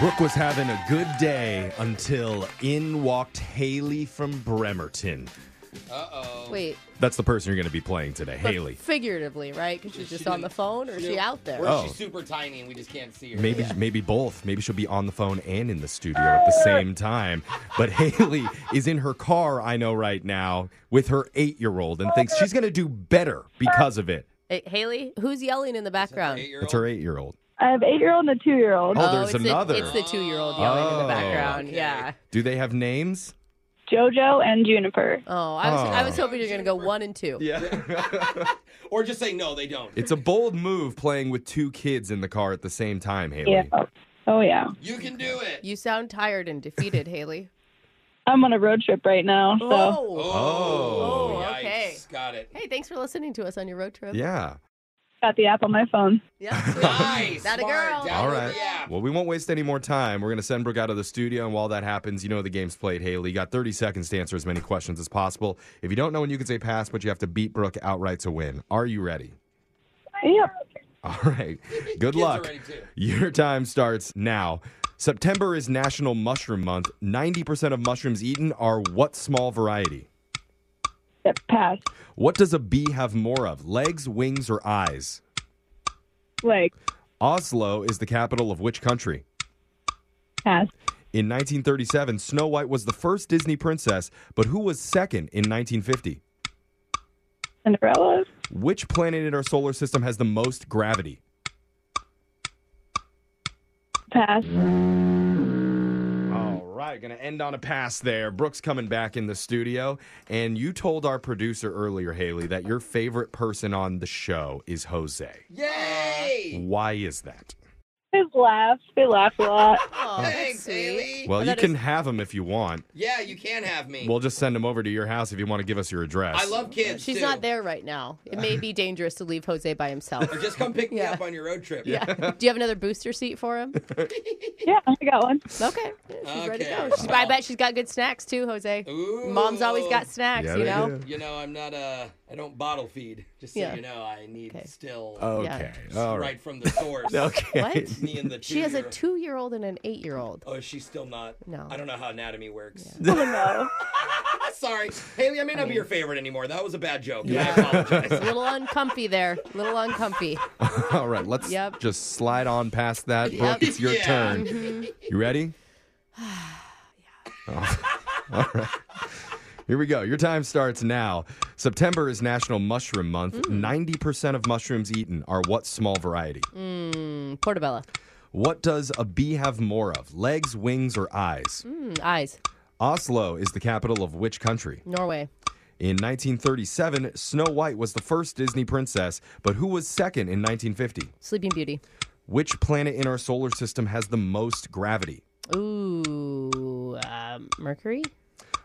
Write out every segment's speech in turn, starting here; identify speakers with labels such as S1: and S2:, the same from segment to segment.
S1: Brooke was having a good day until in walked Haley from Bremerton.
S2: Wait,
S1: That's the person you're going to be playing today,
S2: but
S1: Haley.
S2: figuratively, right? Because she's just on the phone, or is she out there?
S3: Or
S1: Oh.
S3: she's super tiny and we just can't see her.
S1: Maybe maybe both. Maybe she'll be on the phone and in the studio at the same time. But Haley is in her car, I know right now, with her 8-year-old and thinks she's going to do better because of it.
S2: Hey, Haley, who's yelling in the background?
S3: Eight-year-old.
S1: It's her 8-year-old.
S4: I have eight year old and a two year old.
S1: Oh, there's
S2: it's
S1: another.
S2: The, it's the two-year-old yelling in
S1: Oh.
S2: the background.
S3: Okay.
S2: Yeah.
S1: Do they have names?
S4: Jojo and Juniper.
S2: Oh, I was, I
S1: Oh.
S2: was hoping you're gonna go one and two.
S1: Yeah.
S3: Or just say no, they don't.
S1: it's a bold move playing with two kids in the car at the same time, Haley.
S4: Yeah. Oh yeah.
S3: you can do it.
S2: You sound tired and defeated, Haley.
S4: I'm on a road trip right now, so
S3: Oh.
S1: Oh.
S2: Oh, okay.
S3: yikes. Got it.
S2: Hey, thanks for listening to us on your road trip.
S1: Yeah.
S4: got the app on my phone.
S2: Yeah. sweet.
S3: Nice.
S2: That a
S3: smart.
S2: girl.
S3: Download
S1: All right.
S3: the app.
S1: Well, we won't waste any more time. We're going to send Brooke out of the studio, and while that happens, you know the game's played, Haley. You got 30 seconds to answer as many questions as possible. If you don't know when you can say pass, but you have to beat Brooke outright to win. Are you ready?
S4: Yep.
S1: All right. Good
S3: Kids are
S1: luck.
S3: ready too.
S1: Your time starts now. September is National Mushroom Month. 90% of mushrooms eaten are what small variety?
S4: Yep. Pass.
S1: What does a bee have more of, legs, wings, or eyes?
S4: Like
S1: Oslo is the capital of which country?
S4: pass.
S1: In 1937, Snow White was the first Disney princess, but who was second in 1950?
S4: Cinderella.
S1: Which planet in our solar system has the most gravity?
S4: Pass.
S1: All right, going to end on a pass there. Brooks coming back in the studio, and you told our producer earlier, Haley, that your favorite person on the show is Jose.
S3: Yay.
S1: Why is that?
S4: His laugh. They laugh a lot.
S2: Oh, that's
S3: Thanks,
S2: sweet.
S3: Haley.
S1: Well, you
S2: that
S1: can have him if you want.
S3: yeah, you can have me.
S1: We'll just send him over to your house if you want to give us your address.
S3: I love kids.
S2: She's
S3: too.
S2: not there right now. It may be dangerous to leave Jose by himself.
S3: Or just come pick me
S2: Yeah.
S3: up on your road trip.
S2: Yeah. Do you have another booster seat for him?
S4: Yeah, I got one.
S2: Okay. Yeah, she's ready to
S3: Okay.
S2: go. She's, I bet she's got good snacks too, Jose.
S3: Ooh.
S2: Mom's always got snacks,
S1: Yeah,
S2: you
S1: they
S2: know?
S1: do.
S3: You know, I'm not uh I don't bottle feed. Just so
S2: Yeah.
S3: you know, I need
S2: Okay.
S3: still
S1: Okay. Oh, All
S3: right.
S1: right.
S3: from the source.
S1: Okay.
S2: What?
S3: Me and the
S2: She has
S3: two-year-old.
S2: a two year old and an eight year old.
S3: Oh, she's still not.
S2: No.
S3: I don't know how anatomy works.
S4: Oh no.
S3: Sorry, Haley. I may not be your favorite anymore. That was a bad joke. and I apologize.
S2: A little uncomfy there. A little uncomfy.
S1: All right, let's
S2: Yep.
S1: just slide on past that. Brooke,
S2: Yep. Mm-hmm.
S1: it's your
S3: Yeah.
S1: turn. You ready? yeah. All right. Here we go. Your time starts now. September is National Mushroom Month. 90% of mushrooms eaten are what small variety?
S2: Mm, Portobello.
S1: What does a bee have more of, legs, wings, or eyes?
S2: Mm, eyes.
S1: Oslo is the capital of which country?
S2: Norway.
S1: In 1937, Snow White was the first Disney princess, but who was second in 1950?
S2: Sleeping Beauty.
S1: Which planet in our solar system has the most gravity?
S2: Ooh. Um, Mercury?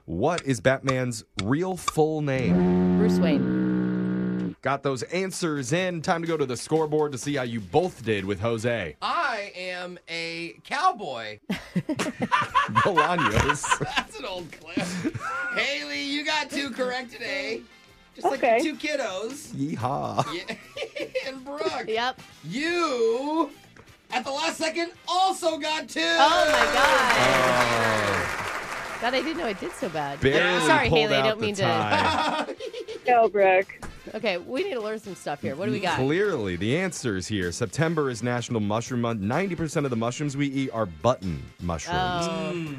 S1: What is Batman's real full name?
S2: Bruce Wayne.
S1: Got those answers in. Time to go to the scoreboard to see how you both did with Jose
S3: I am a cowboy.
S1: Bolaños.
S3: That's an old clip. Haley, you got two correct today. Just
S4: Okay.
S3: like the two kiddos.
S1: Yeehaw.
S3: Yeah. and Brooke,
S2: Yep.
S3: you at the last second also got two.
S2: Oh my God. God, I didn't know I did so bad.
S1: Barely
S2: Sorry,
S1: pulled
S2: Haley. I
S1: out
S2: don't
S1: the
S2: mean
S1: tie.
S4: Go, Brooke.
S2: to. Okay, we need to learn some stuff here. What do we got?
S1: Clearly, the answer is here. September is National Mushroom Month. 90% of the mushrooms we eat are button mushrooms.
S2: Oh,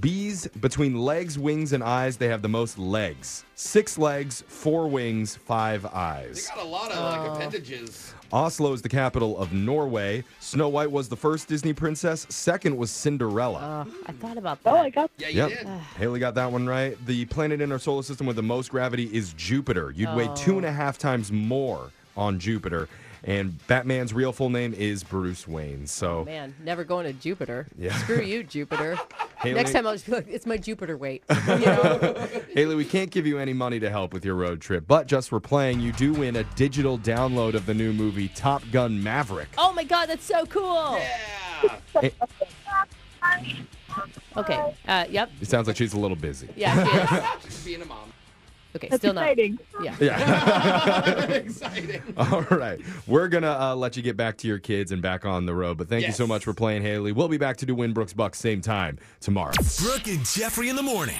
S1: Bees, between legs, wings, and eyes, they have the most legs. Six legs, four wings, five
S3: They
S1: eyes.
S3: got a lot of
S2: Oh.
S3: like appendages.
S1: Oslo is the capital of Norway. Snow White was the first Disney princess. Second was Cinderella.
S2: oh, I thought about that.
S4: Oh, I got.
S3: Yeah, you
S1: yep.
S3: did.
S1: Haley got that one right. The planet in our solar system with the most gravity is Jupiter. You'd weigh two and a half times more on Jupiter. And Batman's real full name is Bruce Wayne. So,
S2: Man, never going to Jupiter.
S1: Yeah.
S2: Screw you, Jupiter.
S1: Haley,
S2: Next time I'll just be like, it's my Jupiter weight. You know?
S1: Haley, we can't give you any money to help with your road trip, but just for playing, you do win a digital download of the new movie Top Gun Maverick.
S2: oh my God, that's so cool.
S3: Yeah.
S2: Okay. Uh, yep.
S1: It sounds like she's a little busy.
S2: uh, Yeah, she is.
S3: Just being a mom.
S2: Okay,
S4: That's
S2: still
S4: exciting.
S2: not. Yeah.
S1: Yeah.
S3: Exciting.
S1: All right. We're going to uh, let you get back to your kids and back on the road. But thank you
S3: Yes.
S1: so much for playing, Haley. We'll be back to do Winbrook's Bucks same time tomorrow.
S5: Brooke and Jeffrey in the morning.